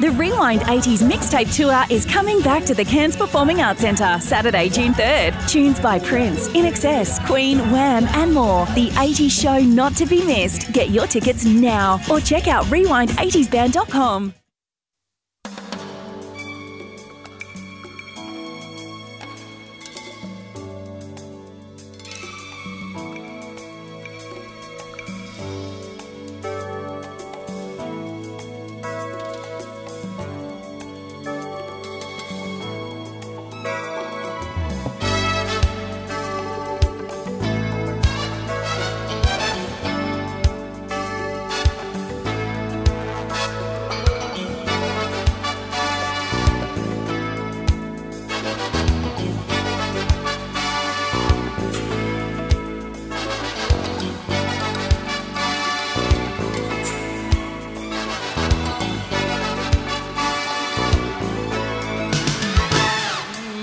The Rewind 80s Mixtape Tour is coming back to the Cairns Performing Arts Centre Saturday, June 3rd. Tunes by Prince, In Excess, Queen, Wham, and more. The 80s show not to be missed. Get your tickets now or check out rewind80sband.com.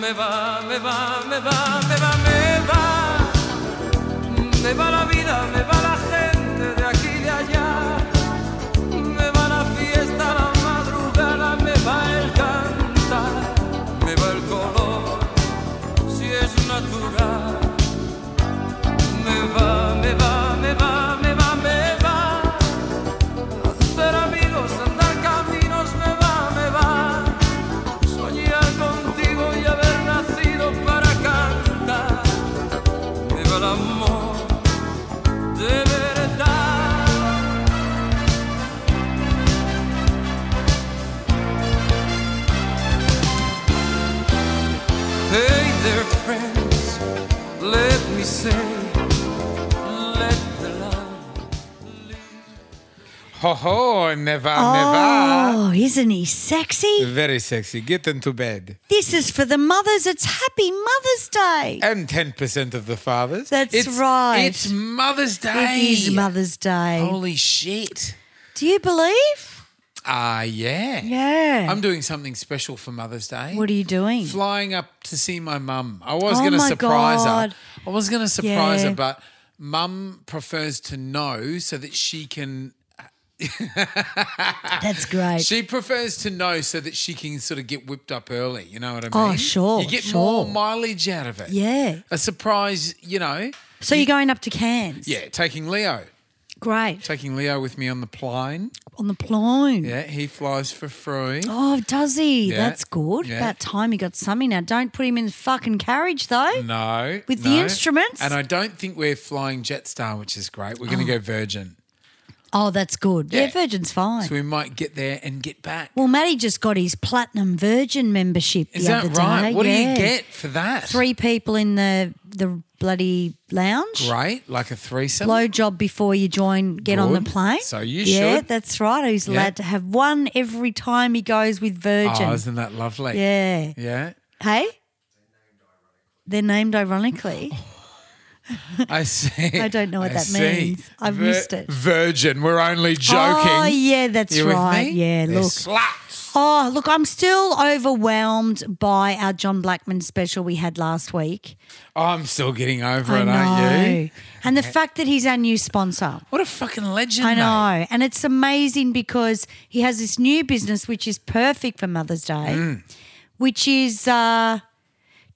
me va, me va, me va, me va, me va. Me va la vida, me va la gente de aquí y de allá. Me va la fiesta, la madrugada, me va el cantar. Me va el color, si es natural. Me va, me va, me va, me va, me va. Hacer amigos, andar caminos, me va, me va. Soñar contigo y haber nacido para cantar. Me va el amor de verdad. Hey there, friends, let me say, let the love. Ho ho, never, Oh, isn't he sexy? never. Very sexy. Get into bed. This is for the mothers. It's Happy Mother's Day. And 10% of the fathers. That's It's- right. It's Mother's Day. It is Mother's Day. Holy shit. Do you believe? Ah, yeah. Yeah. I'm doing something special for Mother's Day. what are you doing? Flying up to see my mum. I was Oh going to my surprise God. her. I was going to surprise Yeah. her, but mum prefers to know so that she can. That's great. She prefers to know so that she can sort of get whipped up early. You know what I mean? Oh, sure, You get sure. more mileage out of it. yeah. A surprise, you know. So you're going up to Cairns? Yeah, taking Leo. Great. Taking Leo with me on the plane. On the plane. Yeah, he flies for free. Oh, does he? Yeah. That's good. Yeah. About time he got something. Now, don't put him in the fucking carriage, Mm. though. No. With the no. instruments? And I don't think we're flying Jetstar, which is great. We're going to go Virgin. Oh, that's good. Yeah, Yeah. Virgin's fine. So we might get there and get back. well, Maddie just got his Platinum Virgin membership Is the that other day. right? What do Yeah. you get for that? Three people in the the bloody lounge. Great. Like a threesome. Blow job before you join, get on the Good. plane. So you Yeah, should. that's right. He's Yeah. allowed to have one every time he goes with Virgin. Oh, isn't that lovely? yeah. Yeah. Hey? They're named ironically. I see. I don't know what that see. means. I've missed it. Virgin. We're only joking. Oh, yeah, that's You with right. me? Yeah, They're look. Sluts. Oh, look, I'm still overwhelmed by our John Blackman special we had last week. Oh, I'm still getting over it, I aren't know. you? And the fact that he's our new sponsor. What a fucking legend. I mate. know. And it's amazing because he has this new business which is perfect for Mother's Day, Mm. which is. Uh,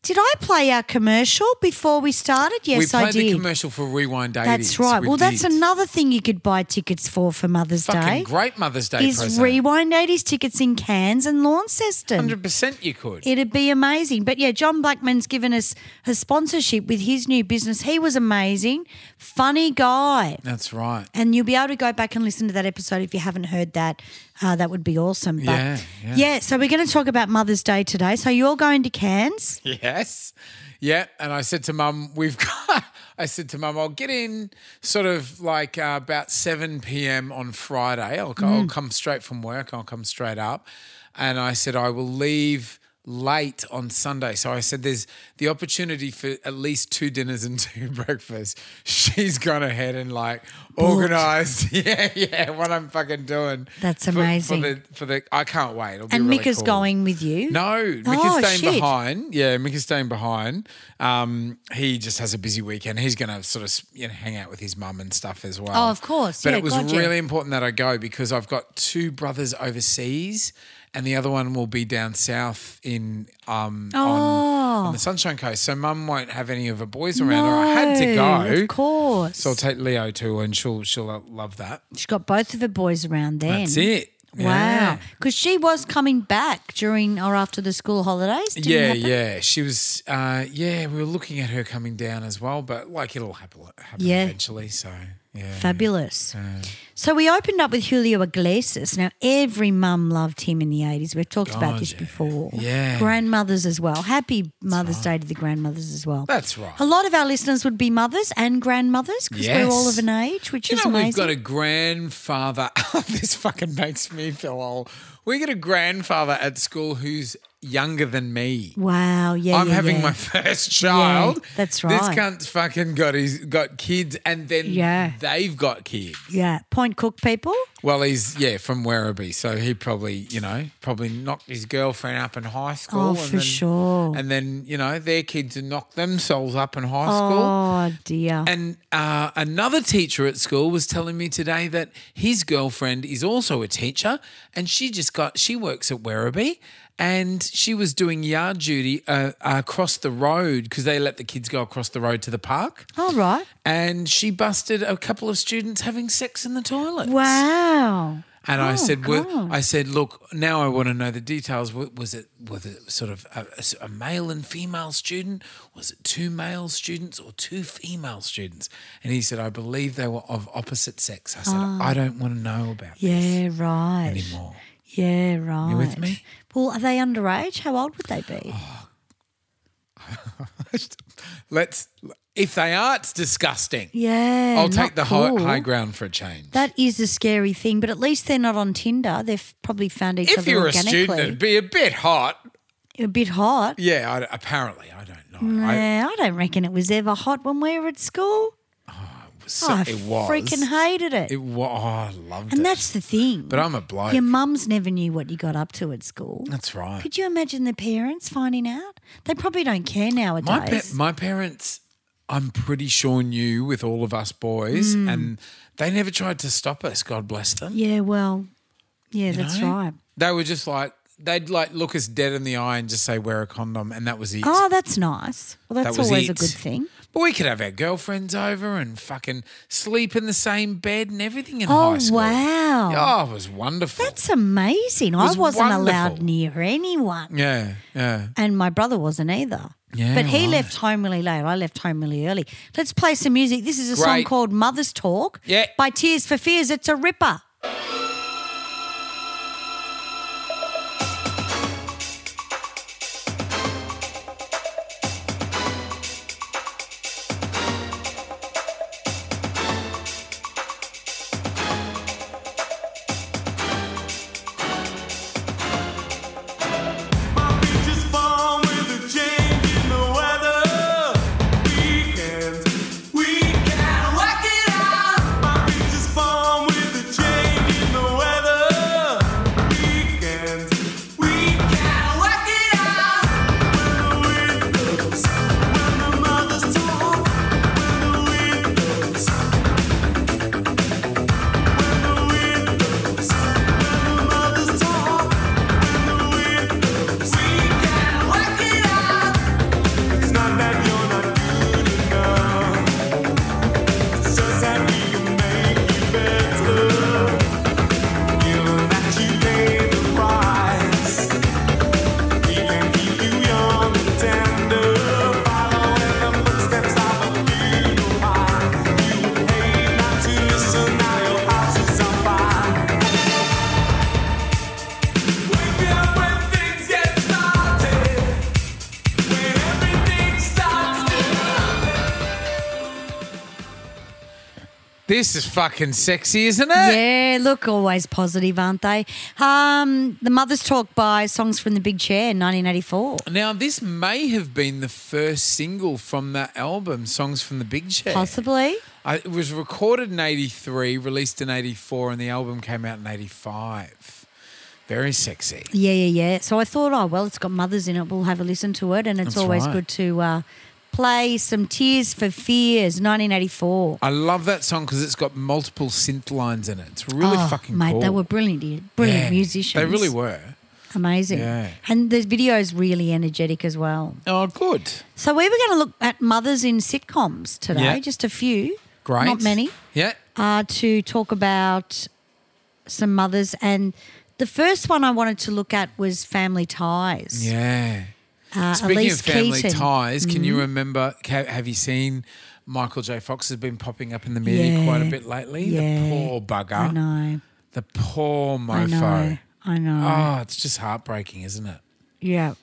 did I play our commercial before we started? we Yes, played I did. the commercial for Rewind 80s. That's right. We Well, that's did. another thing you could buy tickets for for Mother's fucking Day. great Mother's Day is present. Rewind 80s tickets in Cairns and Launceston. 100% you could. It'd be amazing. But yeah, John Blackman's given us a sponsorship with his new business. He was amazing, funny guy. That's right. And you'll be able to go back and listen to that episode if you haven't heard that. Uh, that would be awesome. But Yeah, yeah. so we're going to talk about Mother's Day today. So you're going to Cairns. Yes. Yeah. And I said to mum, we've got, I said to mum, I'll get in sort of like uh, about 7 p.m. on Friday. I'll, I'll Mm. come straight from work. I'll come straight up. And I said, I will leave late on Sunday. So I said, there's the opportunity for at least two dinners and two breakfasts. She's gone ahead and like organized. Yeah. Yeah. What I'm fucking doing. That's for- amazing. For, the, for the, I can't wait. It'll be And really Mick is cool. going with you. No, Mick Oh, is staying shit. behind. Yeah, Mick is staying behind. Um, he just has a busy weekend. He's going to sort of you know, hang out with his mum and stuff as well. Oh, of course. But Yeah, it was God, yeah. really important that I go because I've got two brothers overseas, and the other one will be down south in um Oh. on, on the Sunshine Coast. So mum won't have any of her boys around her. I had to No, go. Of course. So I'll take Leo too, and she'll she'll uh, love that. She got both of her boys around then. That's it. Wow. Because she was coming back during or after the school holidays. Didn't Yeah, yeah. happen? yeah. She was. Uh, yeah, we were looking at her coming down as well, but like it'll happen, happen Yeah. eventually. So yeah, Fabulous. So we opened up with Julio Iglesias. Now, every mum loved him in the 80s. We've talked about God, this Oh, yeah. before. Yeah. Grandmothers as well. Happy Mother's Day to the grandmothers as well. That's right. A lot of our listeners would be mothers and grandmothers because we're all of Yes. an age, which You is know, amazing. we've got a grandfather. Oh, this fucking makes me feel old. We got a grandfather at school who's younger than me. wow. Yeah. I'm yeah, having yeah. my first child. that's This right. cunt's fucking got his got kids, and then Yeah. they've got kids. Yeah. Point Cook people. Well, he's yeah from Werribee, so he probably you know probably knocked his girlfriend up in high school. Oh, and for then, sure. And then you know their kids had knocked themselves up in high school. Oh, dear. And uh, another teacher at school was telling me today that his girlfriend is also a teacher, and she just got she works at Werribee, and she was doing yard duty uh, across the road because they let the kids go across the road to the park, all right. and she busted a couple of students having sex in the toilet. Wow. And I Oh, said, well, God. I said, look, now I want to know the details. W- Was it was it sort of a, a male and female student? Was it two male students or two female students? And he said, I believe they were of opposite sex. I said, I don't want to know about this Ah. Yeah, right. anymore. Yeah, right. with me? Well, are they underage? How old would they be? Let's. If they are, it's disgusting. Yeah. I'll not take the cool. high, high ground for a change. That is a scary thing, but at least they're not on Tinder. They've probably found each if other you're a organically. student, it'd be a bit hot. a bit hot. Yeah, I, apparently, I don't know. I, Nah, I don't reckon it was ever hot when we were at school. so I it was. Ah, freaking hated it. It was. Oh, I loved it. and that's the thing. But I'm a bloke. Your mums never knew what you got up to at school. That's right. Could you imagine the parents finding out? They probably don't care nowadays. My pa- my parents, I'm pretty sure knew with all of us boys, and they never tried to stop us. God bless them. Hmm. yeah, well, yeah, that's know? right. They were just like they'd like look us dead in the eye and just say wear a condom, and that was it. Oh, that's nice. Well, that's was always a it. good thing. But we could have our girlfriends over and fucking sleep in the same bed and everything in Oh, high school. wow. Oh, it was wonderful. That's amazing. I was wasn't allowed wonderful. near anyone. yeah, yeah. And my brother wasn't either. Yeah, but he right. left home really late. I left home really early. Let's play some music. This is a song Great. called Mother's Talk Yeah. by Tears for Fears. It's a ripper. It's not that you're not good enough. It's just that we can make you better. Given that you paid the price, we can keep you young and tender. Following the footsteps of a beautiful mind. You hate not to listen, now your house is on fire. Wake up when things get started. When everything starts to This is fucking sexy, isn't it? Yeah, look, always positive, aren't they? Um, the Mother's Talk by Songs from the Big Chair, 1984. Now, this may have been the first single from that album, Songs from the Big Chair. Possibly. I, it was recorded in 83, released in 84, and the album came out in 85. Very sexy. Yeah, yeah, yeah. So I thought, oh well, it's got mothers in it. We'll have a listen to it, and it's That's always right. good to uh, play some Tears for Fears, 1984. I love that song because it's got multiple synth lines in it. It's really oh, fucking mate, cool. they were brilliant, brilliant Yeah, musicians. They really were. Amazing. Yeah. And the video is really energetic as well. Oh, good. So we were going to look at mothers in sitcoms today, Yeah. just a few. Great. Not many. Yeah. Uh, to talk about some mothers. And the first one I wanted to look at was Family Ties. Yeah. Uh, Speaking Elise of family Keaton. Mm-hmm. ties, can you remember? ha- Have you seen Michael J. Fox has been popping up in the media Yeah. quite a bit lately? Yeah. The poor I bugger. know. The poor I know. mofo. I know. Oh, it's just heartbreaking, isn't it? Yeah.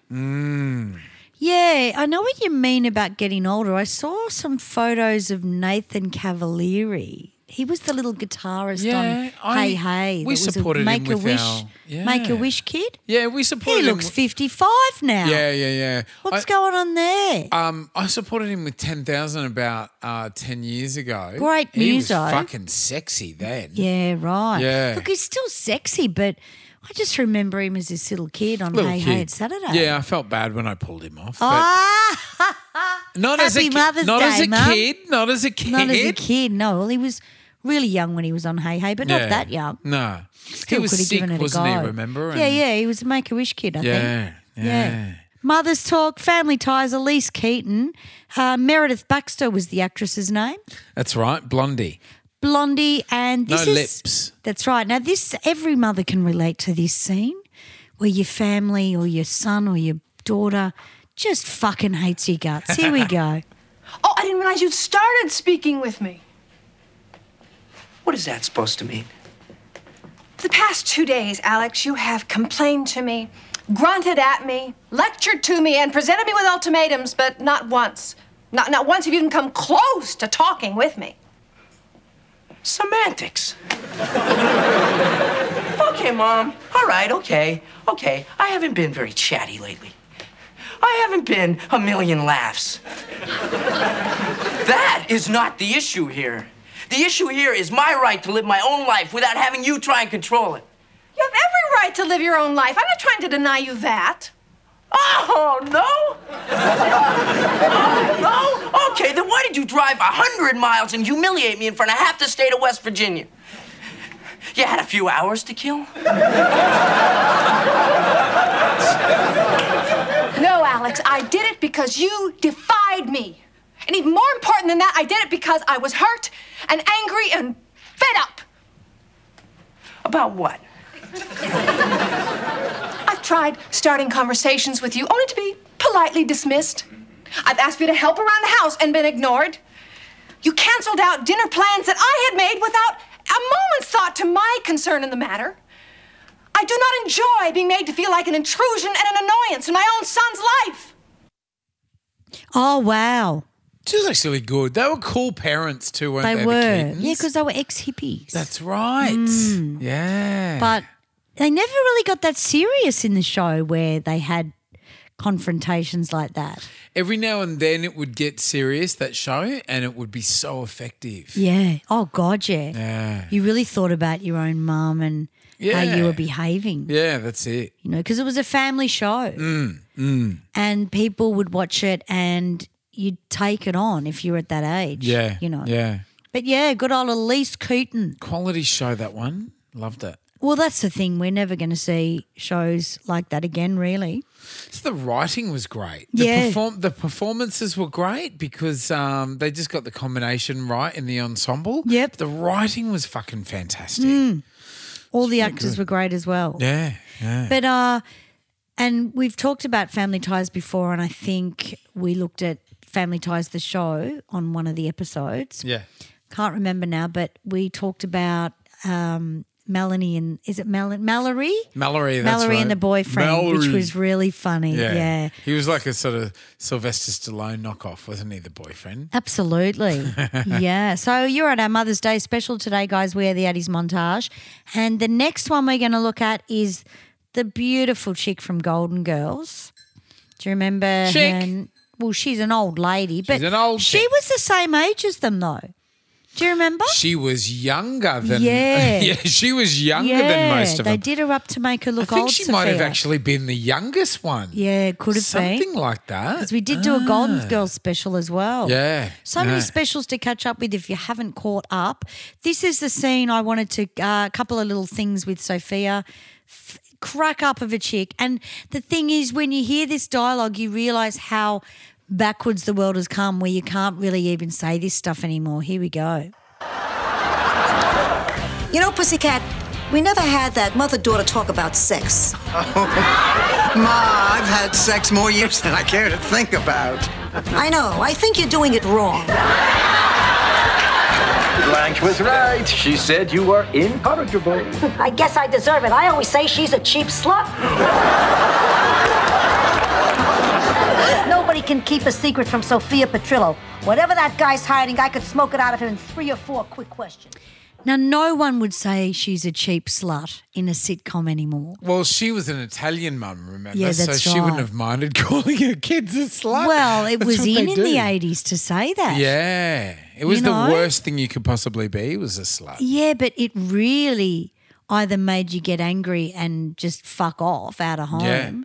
Mm. Yeah, I know what you mean about getting older. I saw some photos of Nathan Cavalieri. He was the little guitarist Yeah, on I- Hey Hey. we that was supported a him Make a with Wish, our- yeah. Make a Wish kid. Yeah, we He supported him. looks fifty-five now. Yeah, yeah, yeah. What's I, going on there? Um, I supported him with ten thousand about uh, ten years ago. Great he was muso. fucking sexy then. yeah, right. yeah. Look, he's still sexy, but I just remember him as this little kid on Little Hey kid. Hey at Saturday. Yeah, I felt bad when I pulled him off. but Ah, not as a happy ki- Mother's not as Day, a Mum. kid, not as a kid, not as a kid. No, well, he was really young when he was on Hey Hey, but Yeah. not that young. No, Still he was could have sick, given it wasn't a go. he? Remember? yeah, And- yeah. He was a Make a Wish kid, I yeah, think. yeah, Mother's Talk, Family Ties, Elise Keaton. Uh, Meredith Baxter was the actress's name. That's right, Blondie. Blondie and No this is, lips. That's right. Now this every mother can relate to this scene where your family or your son or your daughter just fucking hates your guts. Here we go. Oh, I didn't realize you'd started speaking with me. What is that supposed to mean? For the past two days, Alex, you have complained to me, grunted at me, lectured to me, and presented me with ultimatums, but not once. Not, not once have you even come close to talking with me. Semantics. okay, Mom. All right, okay. Okay. I haven't been very chatty lately. I haven't been a million laughs. that is not the issue here. The issue here is my right to live my own life without having you try and control it. You have every right to live your own life. I'm not trying to deny you that. Oh, no? oh, no? Okay, then why did you drive a 100 miles and humiliate me in front of half the state of West Virginia? You had a few hours to kill? No, Alex, I did it because you defied me. And even more important than that, I did it because I was hurt and angry and fed up. About what? I've tried starting conversations with you only to be politely dismissed. I've asked you to help around the house and been ignored. You canceled out dinner plans that I had made without a moment's thought to my concern in the matter. I do not enjoy being made to feel like an intrusion and an annoyance in my own son's life. Oh wow, She was actually good. They were cool parents too, weren't they? they the were Keatons? yeah because they were ex hippies. that's right. Yeah, but they never really got that serious in the show where they had confrontations like that. every now and then it would get serious that show, and it would be so effective. Yeah. Oh God, yeah. Yeah. You really thought about your own mum and how you Yeah. were behaving. Yeah, that's it. you know, because it was a family show. Mm, And people would watch it and you'd take it on if you were at that age. Yeah, You know. Yeah, But yeah, good old Elise Keaton. quality show that one. Loved it. Well, that's the thing. We're never going to see shows like that again, really. The writing was great. The Yeah. Perform- the performances were great because um, they just got the combination right in the ensemble. Yep. Mm. The writing was fucking fantastic. All the actors were great as well. Yeah. Yeah. But uh and we've talked about family ties before and I think we looked at Family Ties the show on one of the episodes. Yeah. can't remember now, but we talked about um, Melanie and is it Mal- Mallory? Mallory. That's Mallory and right. the boyfriend, which Mallory. was really funny. Yeah. He was like a sort of Sylvester Stallone knockoff, wasn't he? The boyfriend. Absolutely. yeah. So you're at our Mother's Day special today, guys. We are the Addies Montage. And the next one we're going to look at is the beautiful chick from Golden Girls. Do you remember? Chick. her- Well, she's an old lady, but an old she chick. was the same age as them, though. Do you remember? She was younger than. Yeah. yeah. She was younger than most of they them. did her up to make her I look think old. she might have Sophia. actually been the youngest one. Yeah, it could have Something been. like that. Ah. Because we did do a Golden Girls special as well. Yeah, So many yeah. specials to catch up with if you haven't caught uh, up. This is the scene I wanted to, a couple of little things with Sophia. F- crack up of a chick. And the thing is, when you hear this dialogue, you realize how backwards the world has come where you can't really even say this stuff anymore. Here we go. You know, Pussycat, we never had that mother daughter talk about sex. Ma, Ah, I've had sex more years than I care to think about. I know, I think you're doing it wrong. Blanche was right. She said you were incorrigible. I guess I deserve it. I always say she's a cheap slut. Nobody can keep a secret from Sophia Petrillo. Whatever that guy's hiding, I could smoke it out of him in three or four quick questions. Now, no one would say she's a cheap slut in a sitcom anymore. Well, she was an Italian mum, remember? Yeah, so that's she wouldn't right. have minded calling her kids a slut. Well, it That's was what in they in do. the 80s to say that. Yeah. It was know? the worst thing you could possibly be was a slut. Yeah, but it really either made you get angry and just fuck off out of Yeah. home,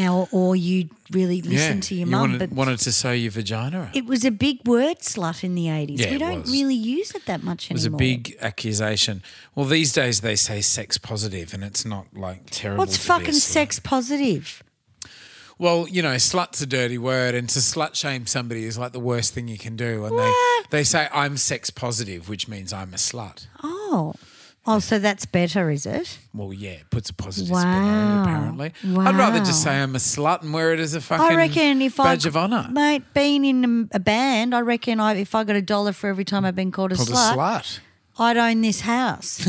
or, or you really listen yeah. to your you mum. Wanted, But wanted to sew your vagina up. it was a big word slut in the 80s. Yeah, we it don't was. really use it that much It was a anymore. big accusation. Well, these days they say sex positive, and it's not like terrible. What's to be a fucking slut. sex positive? Well, you know, slut's a dirty word, and to slut shame somebody is like the worst thing you can do. And What? they they say I'm sex positive, which means I'm a slut. Oh. Oh, so that's better, is it? Well, yeah, it puts a positive spin on Wow. it. Apparently, I'd rather just Wow. say I'm a slut and wear it as a fucking I reckon if badge I, of honor. mate, being in a band, I reckon I, if I got a dollar for every time I've been called a Called a slut, slut. I'd own this house.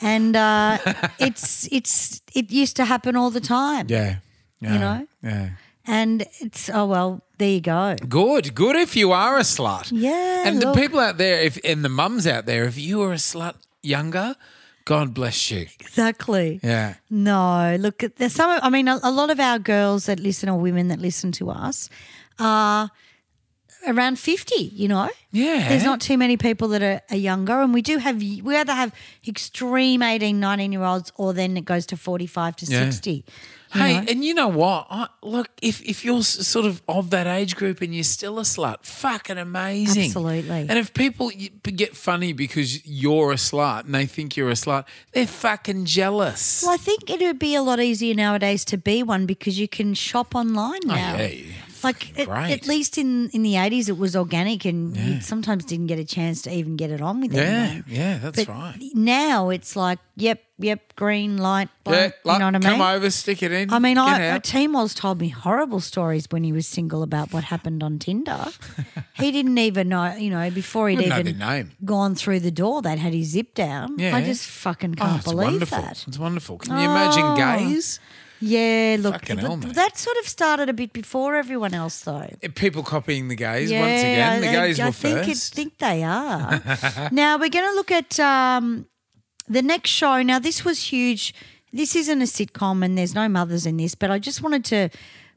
and uh, it's it's it used to happen all the time. Yeah. yeah. know? Yeah. And it's oh well, there you go. Good, good if you are a slut. Yeah, And look. the people out there, if and the mums out there, if you were a slut younger, God bless you. Exactly. Yeah. No, look, there's some. I mean, a, a lot of our girls that listen or women that listen to us are around fifty. You know, Yeah. there's not too many people that are, are younger, and we do have. We either have extreme 18, 19 year olds, or then it goes to forty-five to Yeah. sixty. you Hey, know? and you know what? I, look, if if you're s- sort of of that age group and you're still a slut, fucking amazing. Absolutely. And if people y- p- get funny because you're a slut and they think you're a slut, they're fucking jealous. Well, I think it would be a lot easier nowadays to be one because you can shop online Oh, now. yeah, yeah. Like at, great. at least in, in the eighties, it was organic, and you sometimes didn't get a chance to even get it on with yeah, anyone. yeah, that's But right. now it's like, yep, yep, green light, yeah, blank, you know what I mean? come over, stick it in. I mean, get I, out. Timor's told me horrible stories when he was single about what happened on Tinder. he didn't even know, you know, before he'd Wouldn't know even their name. gone through the door, they'd had his zip down. Yeah. I just fucking Oh, can't it's believe wonderful. that. Oh. It's wonderful. Can you imagine gays? Yeah, look, Fucking th- hell, th- mate. that sort of started a bit before everyone else, though. Eh, People copying the gays yeah, once again. I- the gays I, were I think, it- first. think they are. now we're going to look at um, the next show. Now this was huge. This isn't a sitcom, and there's no mothers in this, but I just wanted to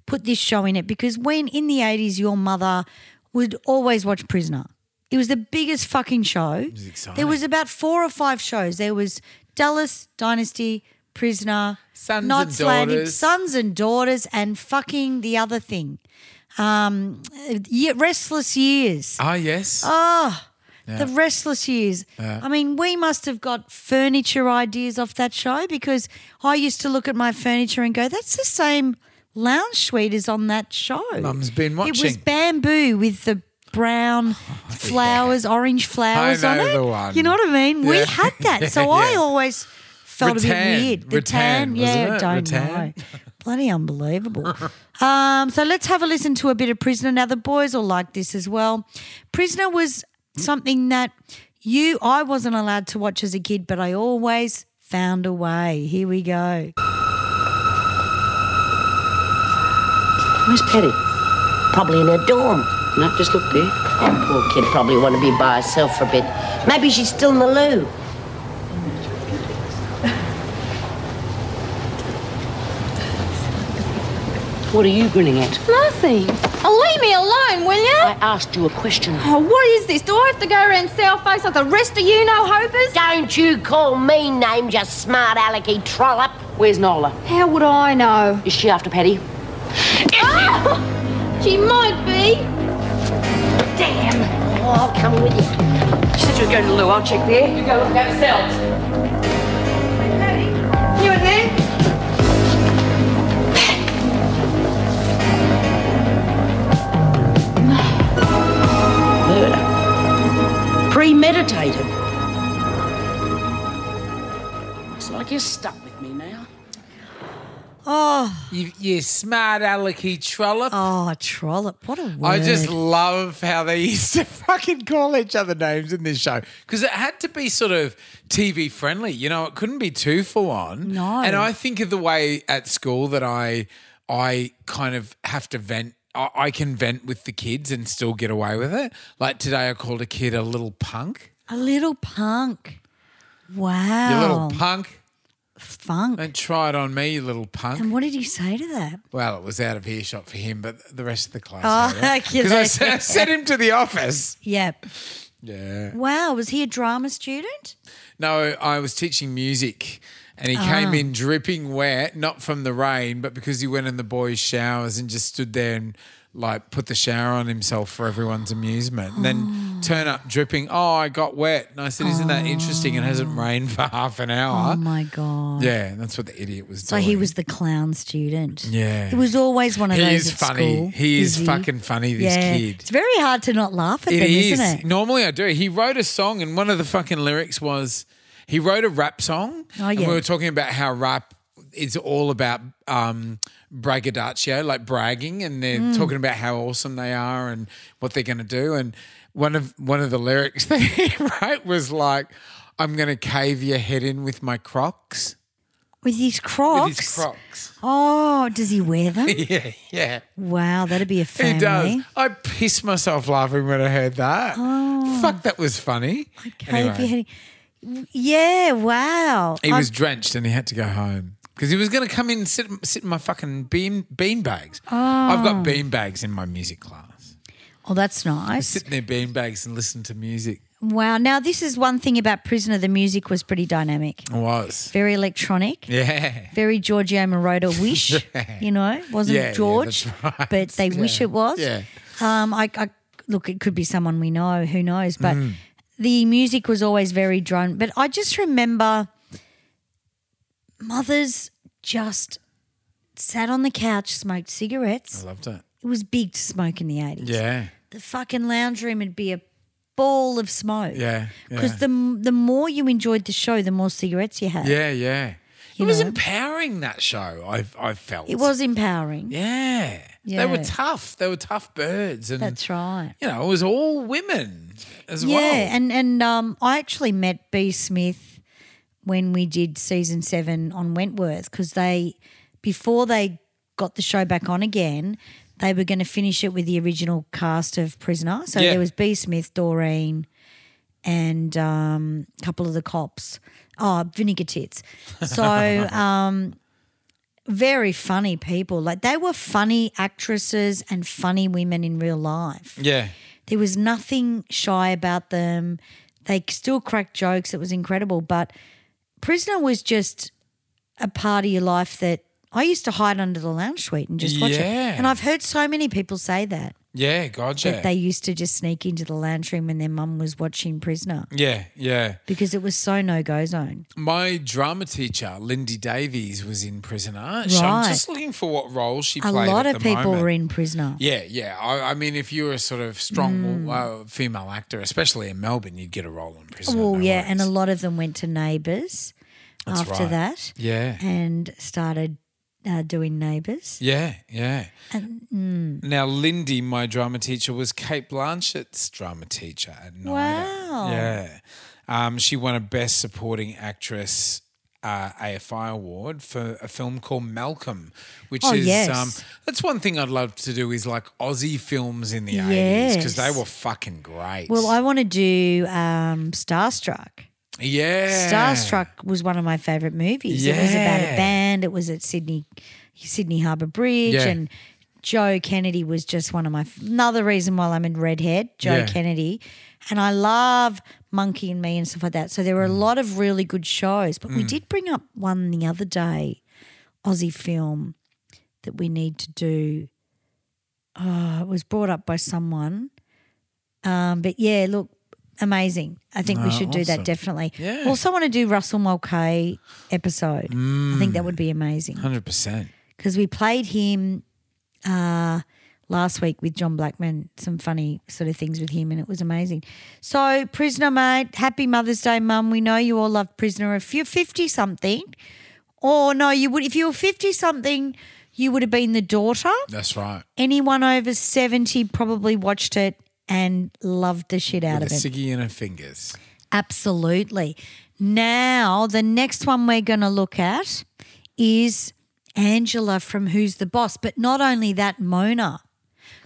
put this show in it because when in the '80s, your mother would always watch Prisoner. It was the biggest fucking show. There was about four or five shows. There was Dallas Dynasty, Prisoner, Sons and Knots Landing, Daughters. Sons and Daughters, and fucking the other thing, um, Ye- Restless Years. Ah, yes. Oh. The Restless Years. I mean, we must have got furniture ideas off that show because I used to look at my furniture and go, that's the same lounge suite as on that show. Mum's been It was watching. Oh, bamboo with the brown flowers, orange flowers on know it. the one. You know what I mean? We Yeah. had that. So Yeah, I yeah. always felt a bit Rattan. weird. The tan, Rattan, yeah, wasn't it? don't Rattan? know. Bloody unbelievable. um, so let's have a listen to a bit of Prisoner. Now the boys will like this as well. Prisoner was something that you I wasn't allowed to watch as a kid, but I always found a way. Here we go. Where's Perry? Probably in her dorm. Not just look there. That poor kid probably want to be by herself for a bit. Maybe she's still in the loo. What are you grinning at? Nothing. Oh, leave me alone, will you? I asked you a question. Oh, what is this? Do I have to go around South Face like the rest of you know hopers? Don't you call me names, you smart alecky trollop. Where's Nola? How would I know? Is she after Patty? Ah! She might be. Damn. Oh, I'll come with you. She said she was going to the loo. I'll check there. You go look at yourself. You were there? irritated. It's like you're stuck with me now. Oh. You, you smart alecky trollop. Oh, trollop. What a word. I just love how they used to fucking call each other names in this show because it had to be sort of TV friendly. You know, it couldn't be too full on. No. And I think of the way at school that I, I kind of have to vent. I, I can vent with the kids and still get away with it. Like today, I called a kid a little punk. A little punk. Wow. You little punk. Funk. Don't try it on me, you little punk. And what did you say to that? Well, it was out of earshot for him, but the rest of the class. Oh, okay. Because I s- I sent him to the office. Yep. Yeah. Wow. Was he a drama student? No, I was teaching music and he Ah. came in dripping wet, not from the rain, but because he went in the boys' showers and just stood there and like put the shower on himself for everyone's amusement. And Ah. then turn up dripping, oh, I got wet. And I said, Isn't that interesting? It hasn't rained for half an hour. Oh, my God. yeah, and that's what the idiot was So doing. he was the clown student. Yeah. It was always one of He those. is at funny. school, He is he? fucking funny, this Yeah. kid. It's very hard to not laugh at them, is. isn't it? Normally I do. He wrote a song, and one of the fucking lyrics was he wrote a rap song. Oh, And yeah. we were talking about how rap is all about um, braggadocio, like bragging, and they're Hmm. Mm. talking about how awesome they are and what they're going to do. And one of one of the lyrics that he wrote was like, "I'm going to cave your head in with my Crocs." With his crocs. With his Crocs. Oh, does he wear them? yeah, yeah. Wow, that'd be a family. He does. I pissed myself laughing when I heard that. Fuck, that was funny. Anyway. Oh. Cave your head- Yeah, wow. Oh, He I'm- was drenched and he had to go home because he was going to come in and sit, sit in my fucking bean, bean bags. I've Oh. got bean bags in my music class. Oh, that's I nice. sit in their bean bags and listen to music. Wow. Now, this is one thing about Prisoner. The music was pretty dynamic, I was. very electronic, Yeah. very Giorgio Moroder wish. Yeah. You know, wasn't Yeah, yeah, George, that's right. but they wish Yeah. it was. Yeah. Um, I, I look, it could be someone we know. Who knows? But Mm. the music was always very drone. But I just remember mothers just sat on the couch, smoked cigarettes. I loved it. It was big to smoke in the eighties. Yeah. the fucking lounge room would be a ball of smoke. Yeah. Because yeah. the the more you enjoyed the show, the more cigarettes you had. Yeah, yeah. You it was know. empowering that show. I I felt It was empowering. Yeah. They were Yeah. tough. They were tough birds, and That's right. you know it was all women as yeah, well. and and um, I actually met B Smith when we did season seven on Wentworth because they before they got the show back on again, they were going to finish it with the original cast of Prisoner. So Yeah. there was B Smith, Doreen, and um, a couple of the cops. Oh, vinegar tits. So um, very funny people. Like they were funny actresses and funny women in real life. yeah. There was nothing shy about them. They still cracked jokes. It was incredible. But Prisoner was just a part of your life that I used to hide under the lounge suite and just watch it. Yeah. And I've heard so many people say that, Yeah. Gotcha. that they used to just sneak into the lounge room when their mum was watching Prisoner yeah. Yeah. because it was so no go zone. My drama teacher, Lindy Davies, was in Prisoner. Right. So I'm just looking for what role she A played. lot at of the people moment. were in Prisoner. Yeah, yeah. I, I mean, if you were a sort of strong Hmm. uh, female actor, especially in Melbourne, you'd get a role in Prisoner. well, no yeah, worries. and a lot of them went to Neighbours That's after right. that. Yeah. And started uh, doing Neighbours. Yeah, yeah. And, mm. Now, Lindy, my drama teacher, was Kate Blanchett's drama teacher at NIDA. Wow. Yeah. Um, she won a Best Supporting Actress uh, AFI award for a film called Malcolm, which Oh, is yes. um, that's one thing I'd love to do is like Aussie films in the Yes. 80s because they were fucking great. Well, I want to do um, Starstruck. yeah. Starstruck was one of my favourite movies. It was about a Yeah. band. It was at Sydney Sydney Harbour Bridge, Yeah. and Joe Kennedy was just one of my another reason why I'm in Redhead. Joe Yeah. Kennedy, and I love Monkey and Me and stuff like that. So there were a Mm. lot of really good shows, but we Mm. did bring up one the other day, Aussie film that we need to do. Oh, it was brought up by someone. Um, but yeah, look, amazing. I think Oh, we should do awesome. that definitely. Yeah. Also want to do Russell Mulcahy episode. Mm. I think that would be amazing. 100%. Because we played him uh, last week with John Blackman, some funny sort of things with him, and it was amazing. So, Prisoner, mate, happy Mother's Day, Mum. We know you all love Prisoner. If you're 50 something, or no, you would, if you were 50 something, you would have been the daughter. That's right. Anyone over 70 probably watched it and loved the shit out With a of it. ciggy in her fingers. Absolutely. Now, the next one we're going to look at is Angela from Who's the Boss, but not only that, Mona.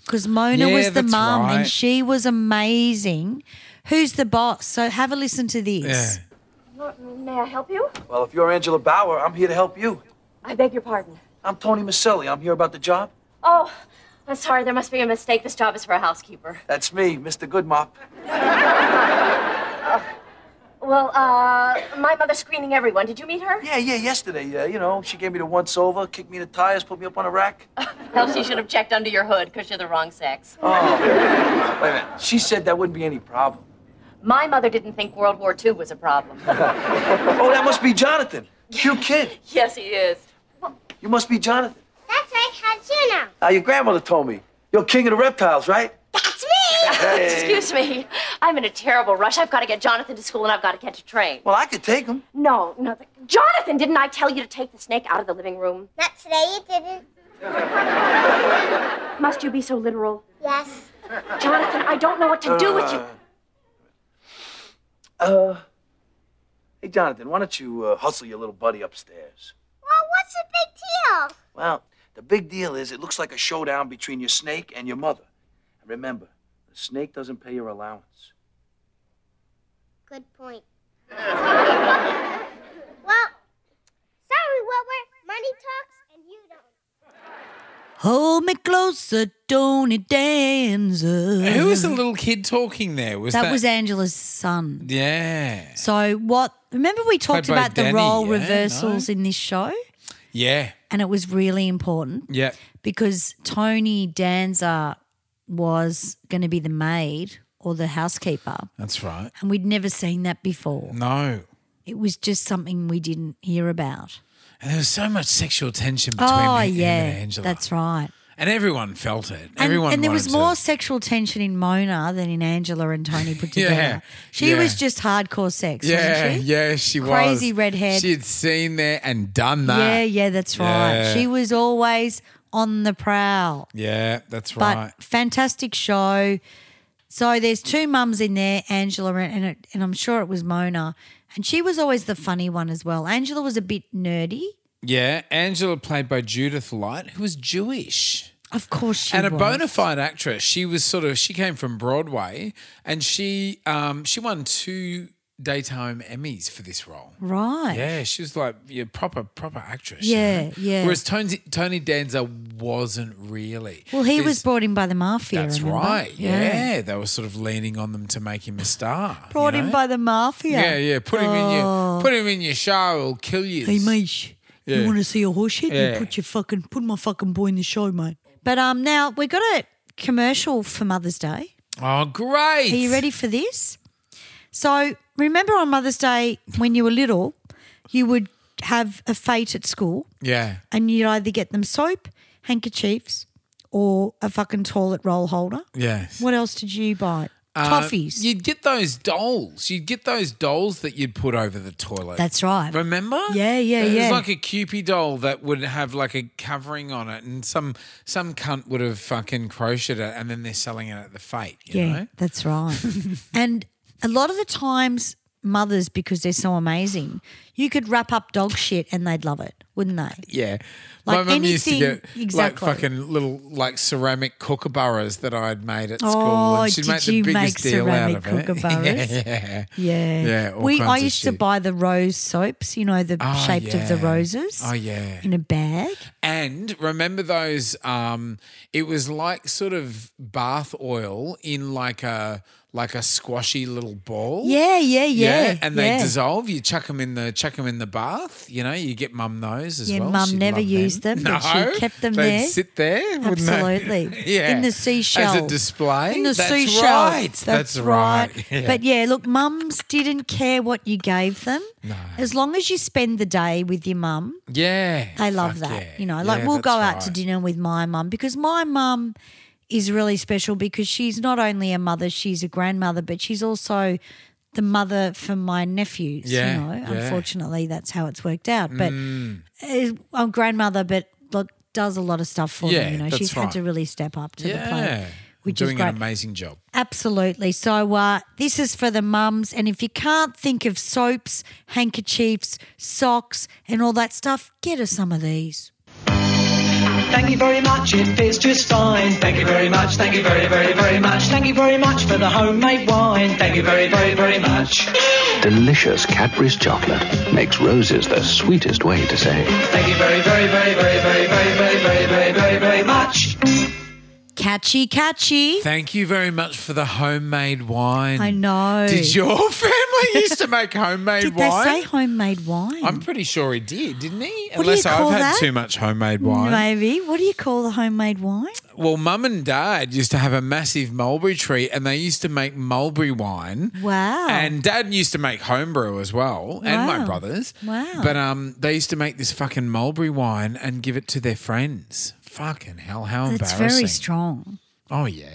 Because Mona Yeah, was the that's mum right. and she was amazing. Who's the boss? So have a listen to this. May I help you? Well, if you're Angela Bauer, I'm here to help you. I beg your pardon. I'm Tony Maselli. I'm here about the job. Oh, I'm sorry. There must be a mistake. This job is for a housekeeper. That's me, Mr. Goodmop. Well, uh, my mother's screening everyone. Did you meet her? Yeah, yeah, yesterday, uh, you know, she gave me the once over, kicked me in the tires, put me up on a rack. Well, she should have checked under your hood because you're the wrong sex. Oh, wait a minute. She said that wouldn't be any problem. My mother didn't think World War II was a problem. Oh, that must be Jonathan. Cute kid. yes, he is. You must be Jonathan. That's right, how'd you know? Uh, your grandmother told me. You're king of the reptiles, right? That's me! Hey. Excuse me. I'm in a terrible rush. I've got to get Jonathan to school and I've got to catch a train. Well, I could take him. No, no. th- Jonathan, didn't I tell you to take the snake out of the living room? Not today, you didn't. Must you be so literal? Yes. Jonathan, I don't know what to do with you. Uh, hey, Jonathan, why don't you uh, hustle your little buddy upstairs? Well, what's the big deal? Well, the big deal is it looks like a showdown between your snake and your mother. And remember, the snake doesn't pay your allowance. Good point. well, sorry, Wilbur. Money talks and you don't. Hold me closer, Tony Danza. Who was the little kid talking there? Was that, that was Angela's son. Yeah. So what? Remember we talked Played by about the Danny, role yeah, reversals in this show, Yeah. and it was really important Yeah. because Tony Danza was going to be the maid or the housekeeper, That's right. and we'd never seen that before. No. It was just something we didn't hear about. And there was so much sexual tension between oh him, yeah, him and Angela. that's right. and everyone felt it. And, everyone and there was wanted to- more sexual tension in Mona than in Angela and Tony put Yeah, together. She yeah. was just hardcore sex, Yeah, wasn't she? yeah, she was Crazy redhead. She had seen there and done that. Yeah, yeah, that's right. Yeah. She was always on the prowl. Yeah, that's but right. fantastic show. So there's two mums in there, Angela and and, it, and I'm sure it was Mona, and she was always the funny one as well. Angela was a bit nerdy, Yeah, Angela played by Judith Light, who was Jewish. of course. She and a was. bona fide actress. She was sort of she came from Broadway, and she um, she won two daytime Emmys for this role. right? Yeah, she was like yeah, proper proper actress. you Yeah, know? yeah. Whereas Tony, Tony Danza wasn't really. Well, he was There's- brought in by the mafia. That's remember? right. Yeah. they were sort of leaning on them to make him a star. brought you in know? by Oh. the mafia. Yeah, yeah. Put him in your put him in your shower. It'll kill you. Hey, mate, Yeah. you want to see a horse shit? Yeah. You put your fucking put my fucking boy in the show, mate. But um, now we got a commercial for Mother's Day. Oh, great! Are you ready for this? So remember on Mother's Day when you were little, you would have a fete at school, Yeah. and you'd either get them soap, handkerchiefs, or a fucking toilet roll holder. Yeah. What else did you buy? Uh, Toffees. You'd get those dolls. You'd get those dolls that you'd put over the toilet. That's right. Remember? Yeah, yeah, It yeah. was like a Cupid doll that would have like a covering on it, and some some cunt would have fucking crocheted it, and then they're selling it at the fate. You yeah, know? that's right. and a lot of the times, mothers, because they're so amazing, you could wrap up dog shit and they'd love it, wouldn't they? Yeah. Like My mum used to anything- get exactly. like fucking little like ceramic kookaburras that I'd made at school. Oh, and she'd did make the you biggest make deal out ceramic of it. kookaburras? yeah. Yeah. Yeah. all we I kinds of used to shit. buy the rose soaps, you know, the Oh, shaped of the yeah. roses. Oh, yeah. In a bag. And remember those? Um, it was like sort of bath oil in like a like a squashy little ball. Yeah, yeah, yeah, and they yeah. dissolve. You chuck them in the chuck 'em in the bath. You know, you get mum those as Yeah, well. mum She'd never love used them, no, but she kept them they'd there. Sit there, wouldn't they? Absolutely. yeah, In the seashell. as a display. In the That's seashell. Right. That's, right. But yeah, look, mums didn't care what you gave them. No. As long as you spend the day with your mum, yeah, they love fuck that. yeah. You know, like Yeah, we'll that's go out to right. dinner with my mum because my mum is really special because she's not only a mother, she's a grandmother, but she's also the mother for my nephews. Yeah, You know, yeah. unfortunately, that's how it's worked out. Mm. But uh, I'm grandmother, but look, does a lot of stuff for Yeah, them. You know, that's she's right. had to really step up to the plate. yeah. which is doing great. an amazing job. Absolutely. So uh, this is for the mums, and if you can't think of soaps, handkerchiefs, socks, and all that stuff, get her some of these. Thank you very much, it fits just fine. Thank you very much, thank you very, very, very much. Thank you very much for the homemade wine. Thank you very, very, very much. Delicious Cadbury's chocolate makes roses the sweetest way to say. Thank you very, very, very, very, very, very, very, very, very, very, very much. Catchy, catchy. Thank you very much for the homemade wine. I know. Did your family used to make homemade Did they wine? say homemade wine? I'm pretty sure he did, didn't he? What do you Unless call I've that? had too much homemade wine. Maybe. What do you call the homemade wine? Well, mum and dad used to have a massive mulberry tree and they used to make mulberry wine. Wow. And dad used to make homebrew as well, and my Wow. brothers. Wow. But um, they used to make this fucking mulberry wine and give it to their friends. Fucking hell, how It's embarrassing. very strong. Oh, yeah.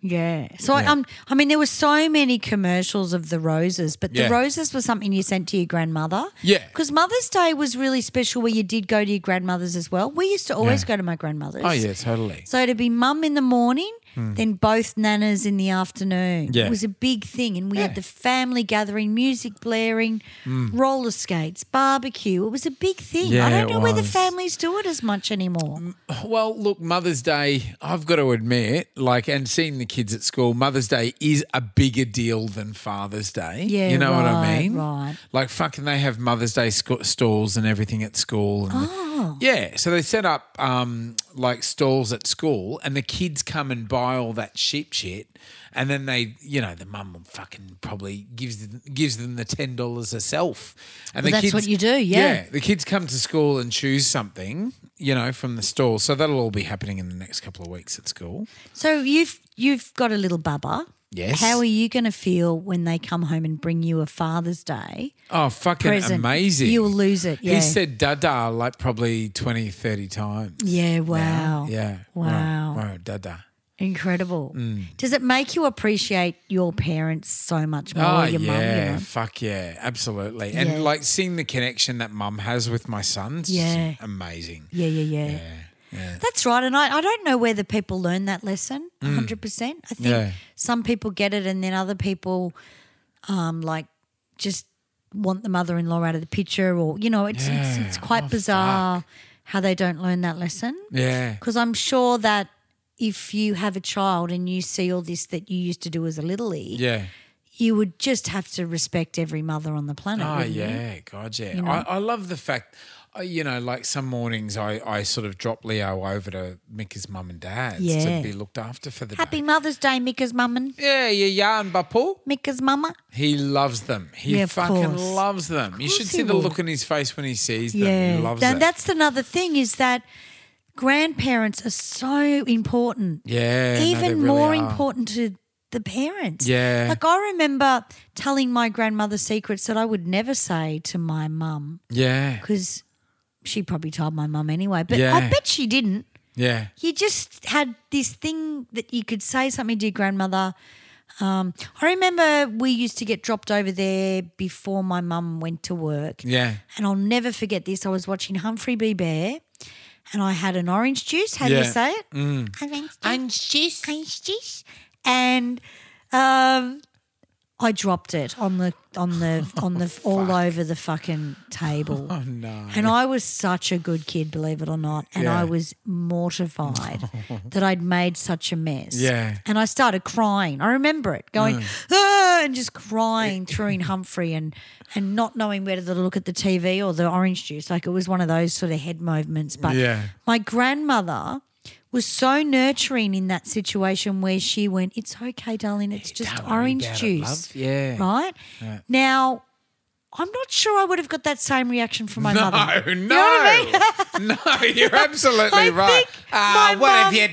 Yeah. So I, Yeah. um, I mean, there were so many commercials of the roses, but Yeah. the roses were something you sent to your grandmother. Yeah. Because Mother's Day was really special, where you did go to your grandmother's as well. We used to always Yeah. go to my grandmother's. Oh, yeah, totally. So it'd be mum in the morning, Hmm. then both nanas in the afternoon. Yeah. It was a big thing. And we had the family gathering, music blaring, Mm. roller skates, barbecue. It was a big thing. Yeah, I don't it know whether was. families do it as much anymore. Well, look, Mother's Day, I've got to admit, like, and seeing the kids at school, Mother's Day is a bigger deal than Father's Day. Yeah, You know what I right, mean? right. Like, fucking, they have Mother's Day sc- stalls and everything at school. And Oh. Yeah. So they set up, um, like, stalls at school, and the kids come and buy all that sheep shit. And then they, you know, the mum will fucking probably gives them, gives them the ten dollars herself, and Well, the that's kids, what you do, yeah. yeah, the kids come to school and choose something, you know, from the store. So that'll all be happening in the next couple of weeks at school. So you've you've got a little bubba. Yes. How are you going to feel when they come home and bring you a Father's Day Oh, fucking present? amazing. You'll lose it. Yeah. He said dada like probably 20, 30 times. Yeah. Wow. now. Yeah. Wow. Wow, wow dada. Incredible. Mm. Does it make you appreciate your parents so much more? Oh, your mum, yeah. you know? Fuck yeah. Absolutely. And Yeah. like seeing the connection that mum has with my sons, Yeah. yeah. amazing. Yeah, yeah, yeah. That's right. And I, I don't know whether people learn that lesson Mm. 100%. I think Yeah. some people get it and then other people um, like just want the mother in law out of the picture or, you know, it's, Yeah. Oh, it's, it's quite bizarre how they don't learn that lesson. Yeah. Because I'm sure that if you have a child and you see all this that you used to do as a littlie, Yeah. you would just have to respect every mother on the planet. Oh wouldn't you? yeah, God yeah. You know? I, I love the fact, uh, you know, like some mornings I, I sort of drop Leo over to Mika's mum and dad's Yeah. to be looked after for the day. Happy Mother's Day, Mika's mum and Yeah, yeah, yeah, and Bapu. Mika's mama. He loves them. He Yeah, of fucking course. loves them. You should course he see the will. look on his face when he sees them. Yeah. He loves Th- it. That's another thing is that grandparents are so important. yeah, no, they Even really more are. important to the parents. Yeah. Like I remember telling my grandmother secrets that I would never say to my mum Yeah, because she probably told my mum anyway, but I Yeah. bet she didn't. yeah. You just had this thing that you could say something to your grandmother. Um, I remember we used to get dropped over there before my mum went to work. Yeah. And I'll never forget this. I was watching Humphrey B. Bear and I had an orange juice. How do you say it? Mm. Orange juice. Orange juice. And um, I dropped it on the on the on the all over the fucking table. Oh no. And I was such a good kid, believe it or not. And Yeah. I was mortified that I'd made such a mess. Yeah. And I started crying. I remember it going, Mm. "Ah," and just crying, throwing Humphrey and, and not knowing whether to look at the TV or the orange juice. Like it was one of those sort of head movements. But Yeah. my grandmother was so nurturing in that situation where she went, It's okay, darling. It's just orange about it, juice. love. Yeah. Right? Yeah. Now, I'm not sure I would have got that same reaction from my No, mother. no. You know what I mean? no, you're absolutely I right. think Ah, my what have mum- you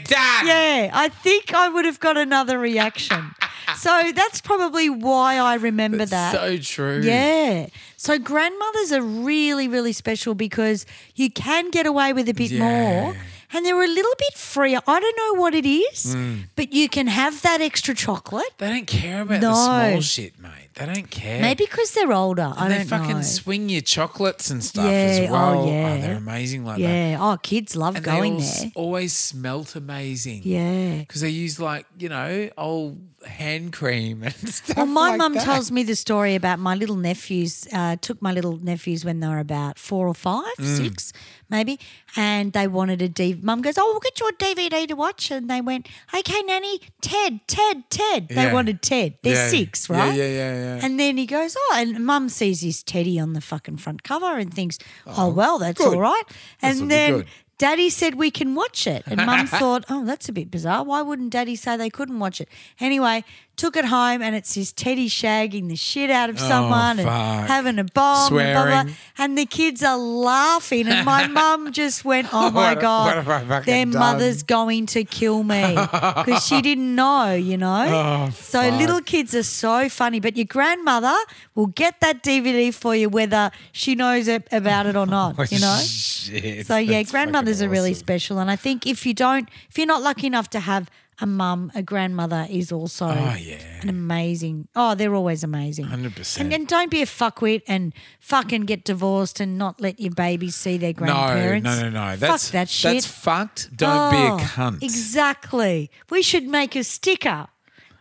done? Yeah, I think I would have got another reaction. so that's probably why I remember that. so true. Yeah. So grandmothers are really, really special because you can get away with a bit more. And they're a little bit freer. I don't know what it is, Mm. but you can have that extra chocolate. They don't care about no. the small shit, mate. They don't care. Maybe because they're older. I And don't they fucking know. swing your chocolates and stuff Yeah, as oh, well. yeah. they're amazing like that. yeah. Oh, kids love And going they there. all, always smelt amazing. Yeah. Because they use like, you know, old hand cream and stuff. Well, my like mum that. tells me the story about my little nephews. Uh, took my little nephews when they were about four or five, Mm. six, maybe, and they wanted a DVD. Mum goes, "Oh, we'll get you a DVD to watch," and they went, "Okay, nanny, Ted, Ted, Ted." They Yeah. wanted Ted. They're Yeah. six, Yeah, right? yeah, yeah, yeah. And then he goes, "Oh," and Mum sees his Teddy on the fucking front cover and thinks, "Oh, Oh, well, that's good. all right." This'll And be then. good. Daddy said we can watch it. And mum thought, oh, that's a bit bizarre. Why wouldn't daddy say they couldn't watch it? Anyway, took it home and it's his teddy shagging the shit out of Oh, someone and fuck. having a bomb and blah, blah, Swearing. And the kids are laughing. And my mum just went, oh my What- what God, have I fucking their done?" mother's going to kill me because she didn't know, you know? Oh, so fuck. little kids are so funny. But your grandmother will get that DVD for you whether she knows it, about it or not, you know? Oh, Shit. So yeah, that's fucking grandmothers are really awesome. special, and I think if you don't, if you're not lucky enough to have a mum, a grandmother is also Oh, yeah. an amazing. Oh, they're always amazing. 100%. And then don't be a fuckwit and fucking get divorced and not let your babies see their No, no, grandparents. no, no. Fuck That's that shit. That's fucked. Don't be Oh, a cunt. Exactly. We should make a sticker.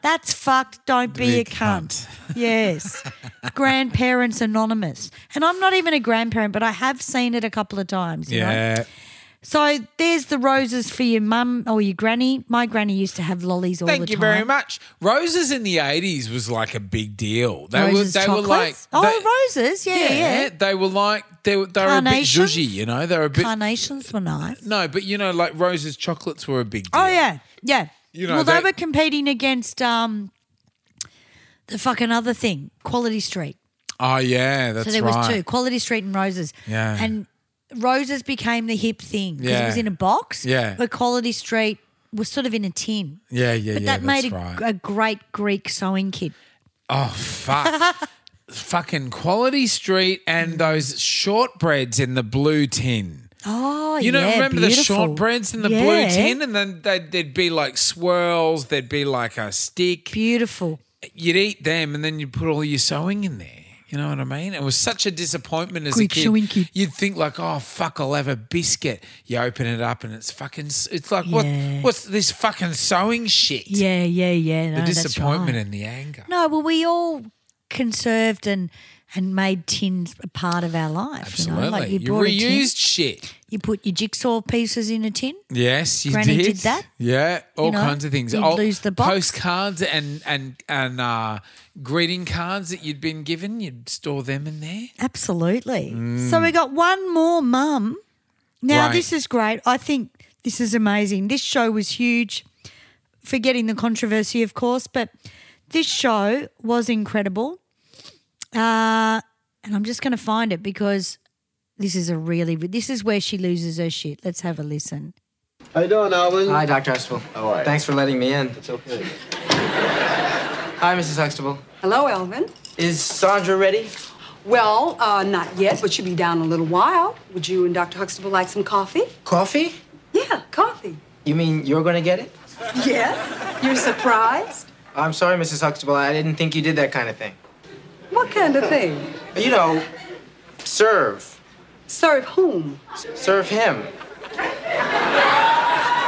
That's fucked. Don't be a Big cunt. yes. Grandparents Anonymous. And I'm not even a grandparent, but I have seen it a couple of times. you know? yeah. So there's the roses for your mum or your granny. My granny used to have lollies all the Thank time. you very much. Roses in the eighties was like a big deal. They Roses, were they chocolates. were like oh, roses. Yeah, they, yeah. they were like they were they were a bit Carnations? zhuzhy, you know. They were a bit Carnations were nice. no, but you know, like roses, chocolates were a big deal. Oh yeah, yeah. You know, well, they that- were competing against um, the fucking other thing, Quality Street. Oh yeah, that's so there right. was two, Quality Street and Roses. Yeah. And Roses became the hip thing because it Yeah. was in a box. Yeah. Where Quality Street was sort of in a tin. Yeah, yeah, But yeah. that that's made a, right. a great Greek sewing kit. Oh fuck. Fucking Quality Street and those shortbreads in the blue tin. Oh, you don't yeah, remember the beautiful. shortbreads in the Yeah. blue tin? And then they'd, there'd be like swirls, there'd be like a stick. Beautiful. You'd eat them and then you'd put all your sewing in there. You know what I mean? It was such a disappointment as Greek a kid. sewing kit. You'd think like, oh fuck, I'll have a biscuit. You open it up and it's fucking. s- It's like Yeah. what? What's this fucking sewing shit? Yeah, yeah, yeah. No, the that's disappointment right. and the anger. No, well, we all conserved and and made tins a part of our life. Absolutely. You, know? like you, you brought a tin, reused shit. you put your jigsaw pieces in a tin. Yes, you Granny did. did that. Yeah, all know, kinds of things. you'd Old lose the box. Postcards and and and uh, greeting cards that you'd been given, you'd store them in there. Absolutely. So we got one more mum. Now Mm. Right. this is great. I think this is amazing. This show was huge. Forgetting the controversy, of course, but this show was incredible. Uh, and I'm just going to find it because this is a really this is where she loses her shit. Let's have a listen. How you doing, Alvin? Hi, Dr. Huxtable. How are you? Thanks for letting me in. It's okay. Hi, Mrs. Huxtable. Hello, Elvin. Is Sandra ready? Well, uh, not yet, but she'll be down in a little while. Would you and Dr. Huxtable like some coffee? Coffee? Yeah, coffee. You mean you're gonna get it? Yes? You're surprised? I'm sorry, Mrs. Huxtable. I didn't think you did that kind of thing. What kind of thing? You know, serve. Serve whom? Serve him.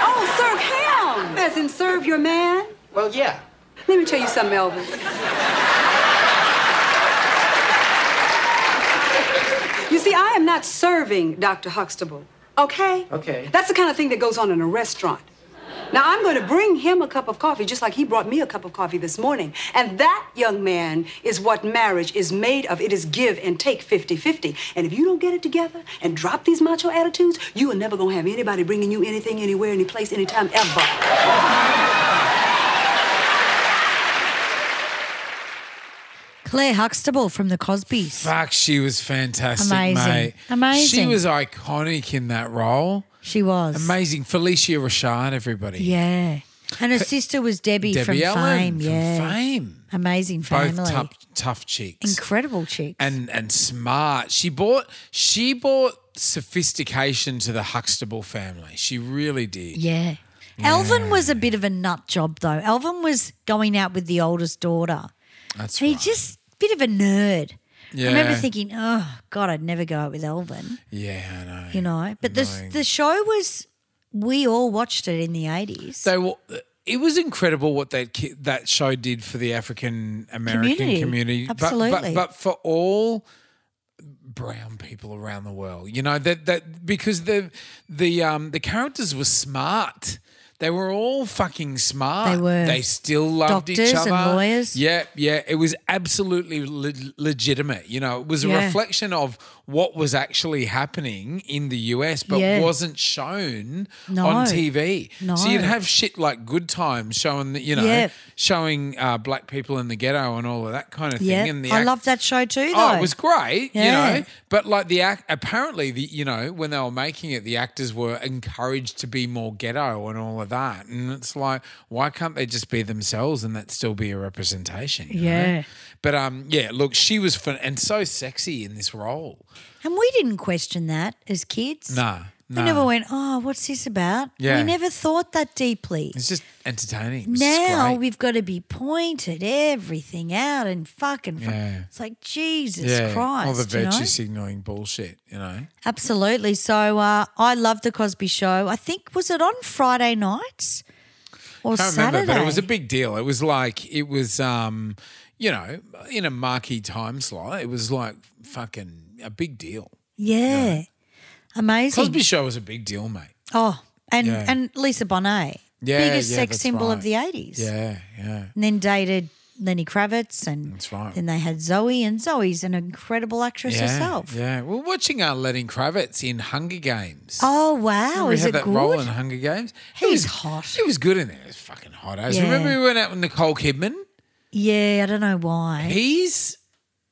Oh, serve him! As in serve your man? Well, yeah. Let me tell you something, Elvin. you see, I am not serving Dr. Huxtable, okay? Okay. That's the kind of thing that goes on in a restaurant. Now, I'm going to bring him a cup of coffee just like he brought me a cup of coffee this morning. And that, young man, is what marriage is made of. It is give and take 50 50. And if you don't get it together and drop these macho attitudes, you are never going to have anybody bringing you anything, anywhere, any place, anytime, ever. Claire Huxtable from the Cosbys. Fuck, she was fantastic, Amazing. mate. She Amazing. was iconic in that role. She was amazing. Felicia Rashad, everybody. Yeah. And her sister was Debbie, Debbie from Allen Fame. from yeah. Fame. Amazing family. Both tough, tough chicks. Incredible chick. and and smart. She bought she bought sophistication to the Huxtable family. She really did. Yeah. Elvin was a bit of a nut job though. Elvin was going out with the oldest daughter. That's and he just bit of a nerd. I remember Yeah. thinking, oh God, I'd never go out with Elvin. Yeah, I know. You know. But the the show was we all watched it in the eighties. They were. It was incredible what that ki- that show did for the African American Community. community. But- Absolutely. but, but for all brown people around the world, you know that that because the the um the characters were smart. They were all fucking smart. They were. They still loved each Doctors other. and lawyers. Yeah, yeah. It was absolutely le- legitimate. You know, it was a Yeah. reflection of what was actually happening in the US, but Yeah. wasn't shown No. on TV. So you'd No. have shit like Good Times showing, the, you know, Yeah. showing uh, black people in the ghetto and all of that kind of thing. Yeah. And the I ac- loved that show too though. Oh, it was great, Yeah. you know. But like the act, apparently the you know when they were making it, the actors were encouraged to be more ghetto and all of that. And it's like, why can't they just be themselves and that still be a representation? you know? Yeah. But um, yeah. Look, she was fun and so sexy in this role. And we didn't question that as kids. No, no. We never went, oh, what's this about? Yeah. We never thought that deeply. It's just entertaining. It was just Now great. we've got to be pointed everything out and fucking. fu- Yeah. It's like oh, Jesus yeah, Christ. all the you know? virtue signaling bullshit. You know. Absolutely. So uh, I love the Cosby Show. I think was it on Friday nights or can't Saturday? remember, but it was a big deal. It was like it was, um, you know, in a marquee time slot. It was like fucking a big deal. yeah. Amazing. Cosby Show was a big deal, mate. Oh, and Yeah. and Lisa Bonet, Yeah, biggest yeah, sex that's symbol of right. the eighties. Yeah, yeah, And then dated Lenny Kravitz, and that's right. then they had Zoe, and Zoe's an incredible actress yeah, herself. Yeah, we're watching our Lenny Kravitz in Hunger Games. Oh wow, Remember he is had it that good? role in Hunger Games? He was hot. He was good in there. It was fucking hot. as. Yeah. Remember we went out with Nicole Kidman? yeah, I don't know why. He's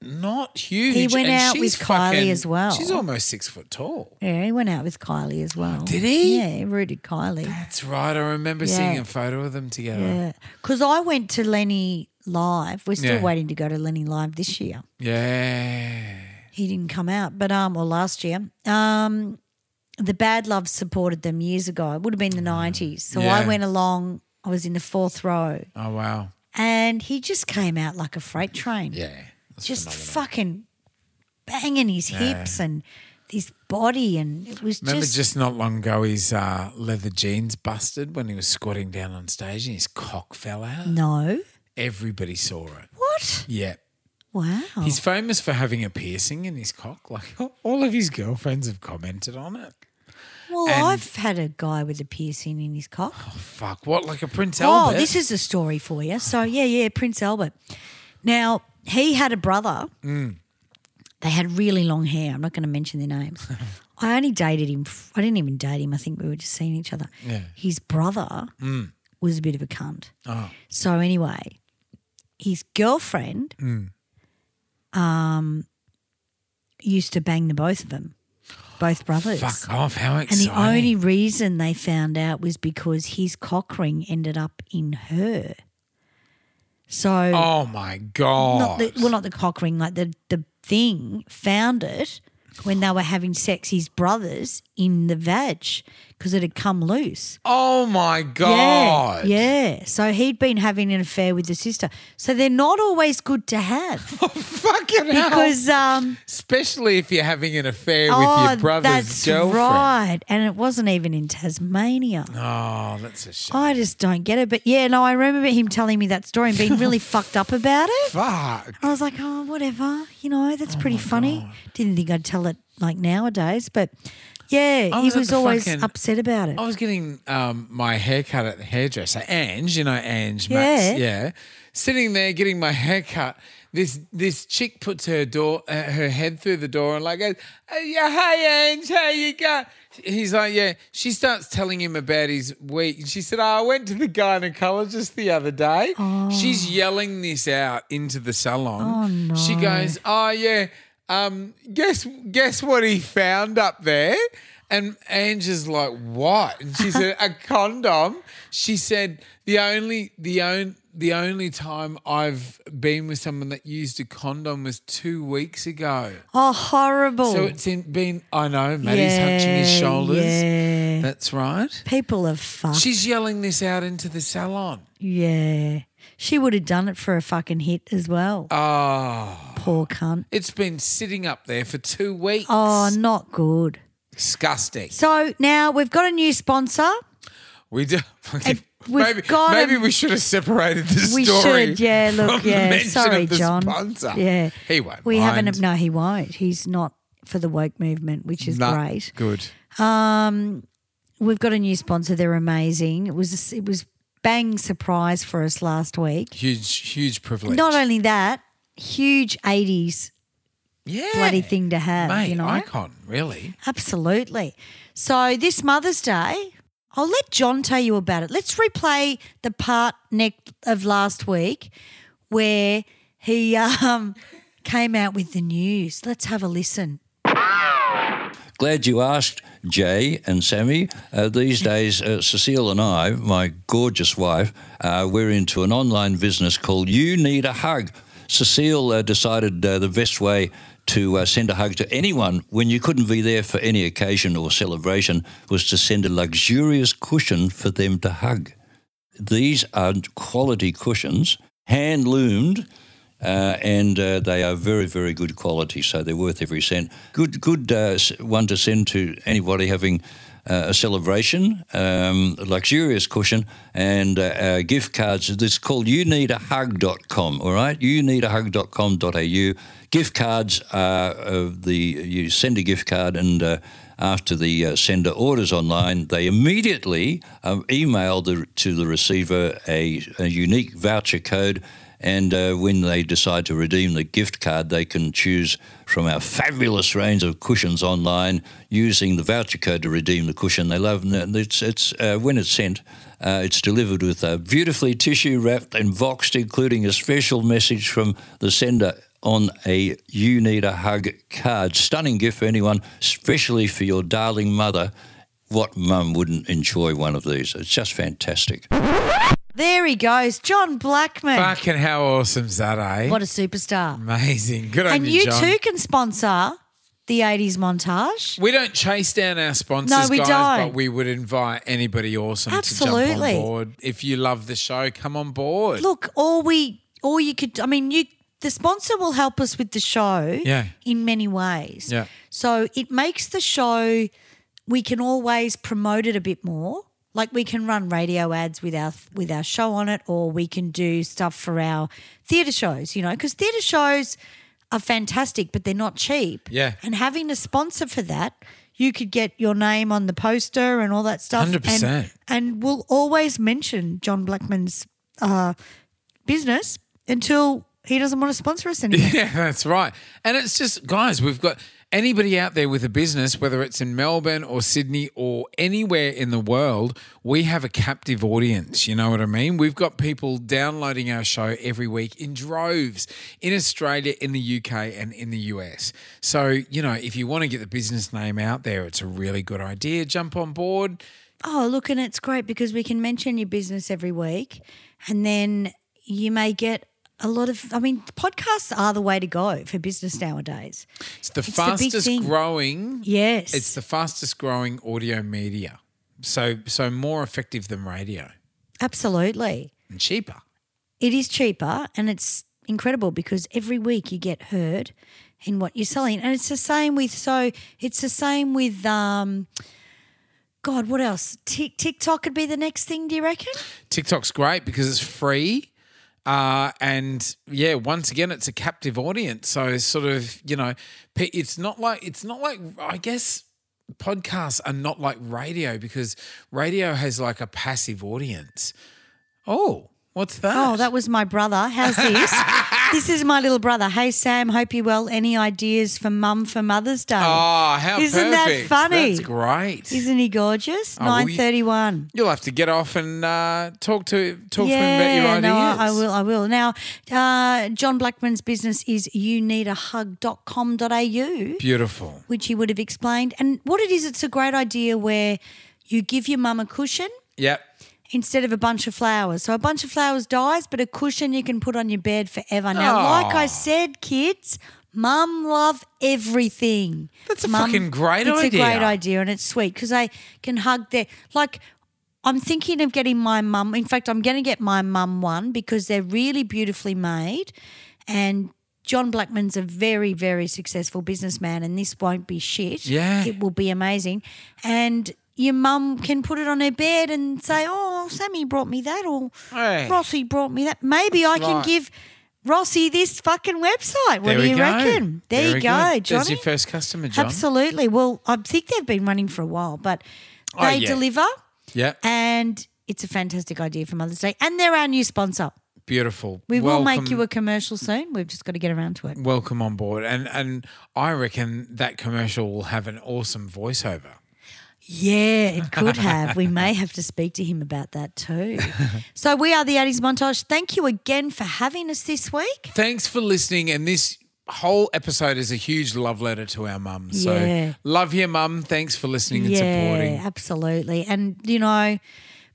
not huge. He and went out with she's Kylie fucking- as well. She's almost six foot tall. yeah, he went out with Kylie as well. did he? Yeah, he rooted Kylie. That's right. I remember Yeah. seeing a photo of them together. yeah, because I went to Lenny live. We're still Yeah. waiting to go to Lenny live this year. Yeah. He didn't come out, but um, or last year, um, the Bad Love supported them years ago. It would have been the nineties. So I Mm. Yeah. went along. I was in the fourth row, Oh wow. and he just came out like a freight train. Yeah. just fucking banging his hips and his body, and it was Remember just, just, not long ago his uh, leather jeans busted when he was squatting down on stage and his cock fell out? no. Everybody saw it. What? Yeah. Wow. He's famous for having a piercing in his cock. Like all of his girlfriends have commented on it. well, and- I've had a guy with a piercing in his cock. Fuck, what? Like a Prince Oh, Albert? this is a story for you. So, yeah, yeah, Prince Albert. Now, he had a brother. Mm. They had really long hair. I'm not going to mention their names. I only dated him. f- I didn't even date him. I think we were just seeing each other. Yeah. His brother Mm. was a bit of a cunt. Oh. So, anyway, his girlfriend Mm. um, used to bang the both of them, both brothers. Fuck off. How And exciting. the only reason they found out was because his cock ring ended up in her. So, oh my God. not the, well, not the cock ring, like the, the thing found it when they were having sex, his brothers in the vag because it had come loose. oh my God. Yeah, yeah. So he'd been having an affair with the sister. So they're not always good to have. Fucking hell. because um Especially if you're having an affair with oh, your brother's that's girlfriend. right. And it wasn't even in Tasmania. Oh, that's a shame. I just don't get it. But yeah, no, I remember him telling me that story and being really fucked up about it. Fuck. I was like, oh, whatever. You know, Oh that's pretty funny. Didn't think I'd tell it like nowadays, but yeah, I he was at was the always fucking- upset about it. I was getting um, my hair cut at the hairdresser, Ange, you know Ange, Yeah. Matt's- yeah. Sitting there getting my hair cut, this this chick puts her door uh, her head through the door and like, goes, "Hey, yeah, hey Ange, how you go? He's like, yeah. She starts telling him about his week, and she said, oh, "I went to the gynecologist the other day." She's yelling this out into the salon. Oh, She no. goes, "Oh yeah." Um, guess guess what he found up there? And Ange is like, what? And she said, a condom. She said, the only the only the only time I've been with someone that used a condom was two weeks ago. Oh, horrible. So it's in, been, I know, Maddie's hunching his Yeah, shoulders. yeah. That's right. People are fucked. She's yelling this out into the salon. yeah. She would have done it for a fucking hit as well. Oh, Poor cunt. it's been sitting up there for two weeks. Oh, not good. Disgusting. So now we've got a new sponsor. We do. we've maybe got maybe a- we should have separated this We story. should, yeah. from Look, the yeah. mention Sorry, of the John. sponsor. Yeah, he won't. We mind. haven't. No, he won't. He's not for the woke movement, which is No, great. Good. Um, we've got a new sponsor. They're amazing. It was it was bang surprise for us last week. Huge, huge privilege. Not only that, huge eighties yeah, bloody thing to have. mate, you know, icon, really. Absolutely. So this Mother's Day, I'll let John tell you about it. Let's replay the part neck of last week where he um, came out with the news. Let's have a listen. Glad you asked, Jay and Sammy. Uh, these days, uh, Cecile and I, my gorgeous wife, uh, we're into an online business called You Need a Hug. Cecile uh, decided uh, the best way to uh, send a hug to anyone when you couldn't be there for any occasion or celebration was to send a luxurious cushion for them to hug. These are quality cushions, hand loomed, uh, and uh, they are very, very good quality, so they're worth every cent. Good, good uh, s- one to send to anybody having uh, a celebration, um, a luxurious cushion, and uh, uh, gift cards. It's called you need a hug.com, all right? You need a hug.com.au. Gift cards are uh, the, you send a gift card and uh, after the uh, sender orders online, they immediately um, email the, to the receiver a, a unique voucher code. And uh, when they decide to redeem the gift card, they can choose from our fabulous range of cushions online using the voucher code to redeem the cushion they love. And it's, it's uh, when it's sent, uh, it's delivered with uh, beautifully tissue wrapped and boxed, including a special message from the sender on a You Need a Hug card. Stunning gift for anyone, especially for your darling mother. What mum wouldn't enjoy one of these? It's just fantastic. There he goes, John Blackman. Fucking how awesome's that, eh? What a superstar. amazing. Good on and you John. too can sponsor the 80s montage. We don't chase down our sponsors, No, we guys, don't. but we would invite anybody awesome to jump Absolutely. on board. If you love the show, come on board. Look, all we, all you could, I mean, you, the sponsor will help us with the show Yeah. in many ways. Yeah. So it makes the show, we can always promote it a bit more. Like we can run radio ads with our with our show on it, or we can do stuff for our theatre shows. You know, because theatre shows are fantastic, but they're not cheap. Yeah. And having a sponsor for that, you could get your name on the poster and all that stuff. 100%. And, and we'll always mention John Blackman's uh, business until he doesn't want to sponsor us anymore. Yeah, that's right. And it's just, guys, we've got anybody out there with a business, whether it's in Melbourne or Sydney or anywhere in the world, we have a captive audience. You know what I mean? We've got people downloading our show every week in droves in Australia, in the UK, and in the US. So, you know, if you want to get the business name out there, it's a really good idea. Jump on board. Oh, look, and it's great because we can mention your business every week and then you may get a lot of, I mean, podcasts are the way to go for business nowadays. It's the It's the big fastest thing. growing. Yes. It's the fastest growing audio media. So, so more effective than radio Absolutely. and cheaper. It is cheaper and it's incredible because every week you get heard in what you're selling. And it's the same with so it's the same with um God, what else? Tik TikTok could be the next thing, do you reckon? TikTok's great because it's free. Uh, and yeah, once again, it's a captive audience. So it's sort of, you know, pe- it's not like, it's not like, I guess podcasts are not like radio because radio has like a passive audience. Oh, What's that? Oh, that was my brother. How's this? this is my little brother. Hey, Sam, hope you well. Any ideas for mum for Mother's Day? Oh, how Isn't perfect. that funny? That's great. Isn't he gorgeous? Oh, well, you- 931. You'll have to get off and uh, talk to talk to him about your yeah, ideas. no, I I will. I will. Now, uh, John Blackman's business is youneedahug.com.au. Beautiful. which he would have explained. And what it is, it's a great idea where you give your mum a cushion Yep. instead of a bunch of flowers. So a bunch of flowers dies, but a cushion you can put on your bed forever. Now, Aw. like I said, kids, mum love everything. That's a Mum- fucking great it's idea. a great idea and it's sweet because I can hug their like. I'm thinking of getting my mum. In fact, I'm going to get my mum one because they're really beautifully made, and John Blackman's a very, very successful businessman, and this won't be shit. Yeah. it will be amazing, and. Your mum can put it on her bed and say, "Oh, Sammy brought me that," or Hey. "Rossi brought me that." Maybe I can Right. give Rossi this fucking website. What There do we you go. reckon? There, you we go, There's Johnny. your first customer, John. Absolutely. Well, I think they've been running for a while, but they Oh, yeah. deliver Yep. and it's a fantastic idea for Mother's Day. And they're our new sponsor. Beautiful. We will Welcome- make you a commercial soon. We've just got to get around to it. welcome on board. And and I reckon that commercial will have an awesome voiceover. Yeah, it could have. we may have to speak to him about that too. so we are the 80s montage. Thank you again for having us this week. Thanks for listening. And this whole episode is a huge love letter to our mum. So Yeah. love your mum. Thanks for listening and yeah, supporting. absolutely. And you know,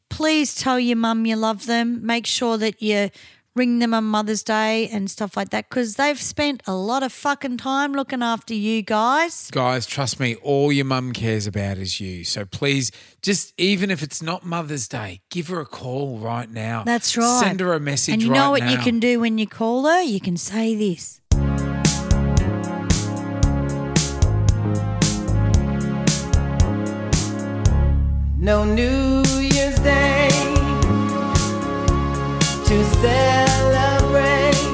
please tell your mum you love them. Make sure that you ring them on Mother's Day and stuff like that because they've spent a lot of fucking time looking after you guys. Guys, trust me, all your mum cares about is you. So please, just even if it's not Mother's Day, give her a call right now. That's right. Send her a message And you right know what you now. can do when you call her? You can say this. No New Year's Day to celebrate.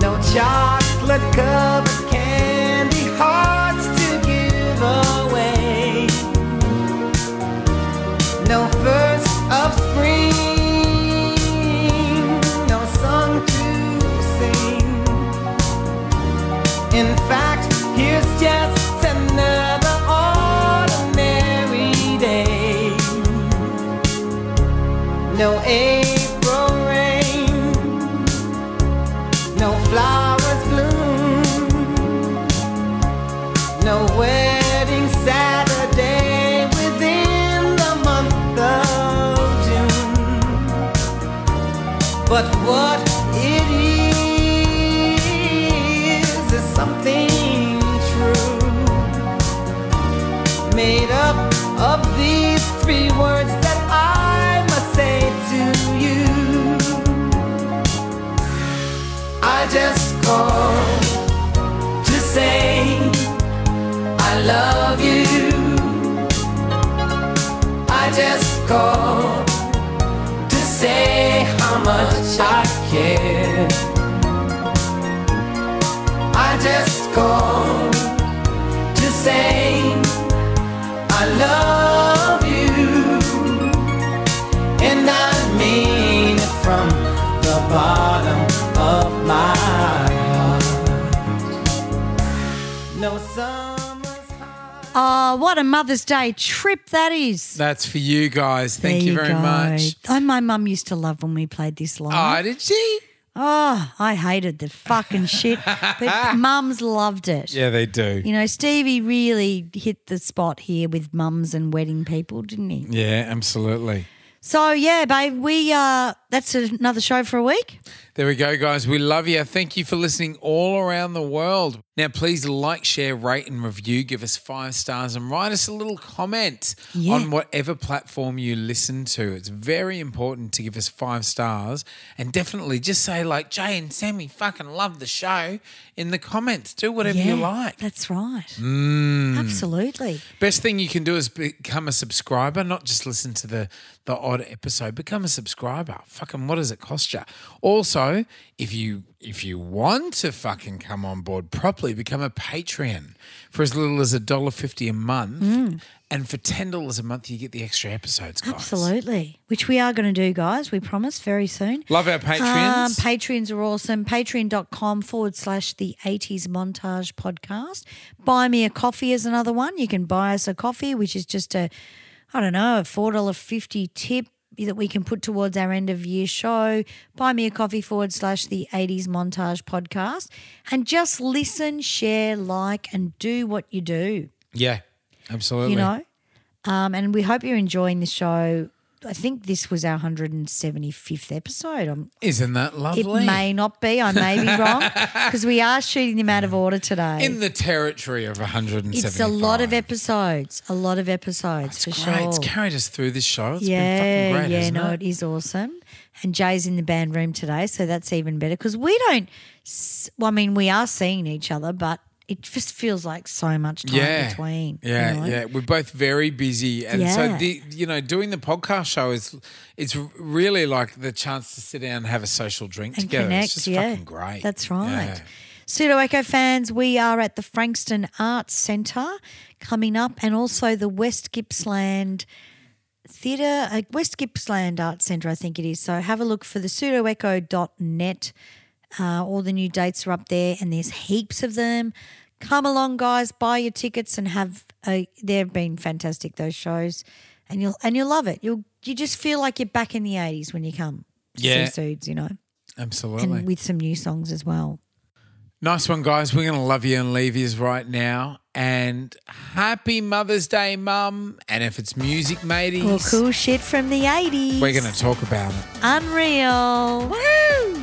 No chocolate covered candy hearts to give away. No first of spring. No song to sing. In fact, here's just another ordinary day. No April rain, no flowers bloom, no wedding Saturday within the month of June. But what it is is something true made up of these three words that I must say to you. I just called to say I love you. I just called to say how much I care. I just called to say I love you, and I mean it from the bottom of my heart. No summer. Oh, what a Mother's Day trip that is. That's for you guys. Thank There you very go. much. Oh, my mum used to love when we played this live. Oh, did she? Oh, I hated the fucking shit, but mums loved it. Yeah, they do. You know, Stevie really hit the spot here with mums and wedding people, didn't he? Yeah, absolutely. So yeah, babe, we uh that's another show for a week. There we go, guys. We love you. Thank you for listening all around the world. Now, please like, share, rate, and review. Give us five stars and write us a little comment Yeah. on whatever platform you listen to. It's very important to give us five stars and definitely just say, like, Jay and Sammy fucking love the show in the comments. Do whatever you Yeah, like. That's right. Mm. Absolutely. Best thing you can do is become a subscriber, not just listen to the, the odd episode. Become a subscriber. fucking what does it cost you? Also, if you if you want to fucking come on board properly, become a Patreon for as little as a dollar fifty a month, Mm. and for ten dollars a month you get the extra episodes. Guys. Absolutely. Which we are going to do, guys. We promise very soon. Love our Patreons. Um, Patreons are awesome. Patreon.com forward slash the 80s montage podcast. Buy me a coffee is another one. You can buy us a coffee, which is just a, I don't know, a $4.50 tip that we can put towards our end of year show. Buy me a coffee forward slash the 80s montage podcast. And just listen, share, like, and do what you do. yeah, absolutely. You know, um, and we hope you're enjoying the show. I think this was our 175th episode. I'm, isn't that lovely? It may not be. I may be wrong because we are shooting them out of order today. in the territory of 170. it's a lot of episodes. A lot of episodes for Great, sure. it's carried us through this show. It's yeah, been fucking great, yeah, hasn't no, it? it is awesome. And Jay's in the band room today, so that's even better because we don't. s- Well, I mean, we are seeing each other, but it just feels like so much time yeah, between. you yeah, know? yeah. We're both very busy, and Yeah. so the you know doing the podcast show is it's really like the chance to sit down and have a social drink and together. connect. it's just yeah, fucking great. That's right. Yeah. Pseudo Echo fans, we are at the Frankston Arts Centre coming up, and also the West Gippsland Theatre, uh, West Gippsland Arts Centre, I think it is. So have a look for the pseudoecho.net. Uh, all the new dates are up there, and there's heaps of them. Come along, guys! Buy your tickets and have. A, they've been fantastic those shows, and you'll and you'll love it. You'll you just feel like you're back in the '80s when you come. to see Yeah. Suits, you know Absolutely. and with some new songs as well. Nice one, guys. We're going to love you and leave yous right now. And happy Mother's Day, Mum. And if it's music, mateys, Well, cool shit from the 80s. we're going to talk about it. Unreal. Woo!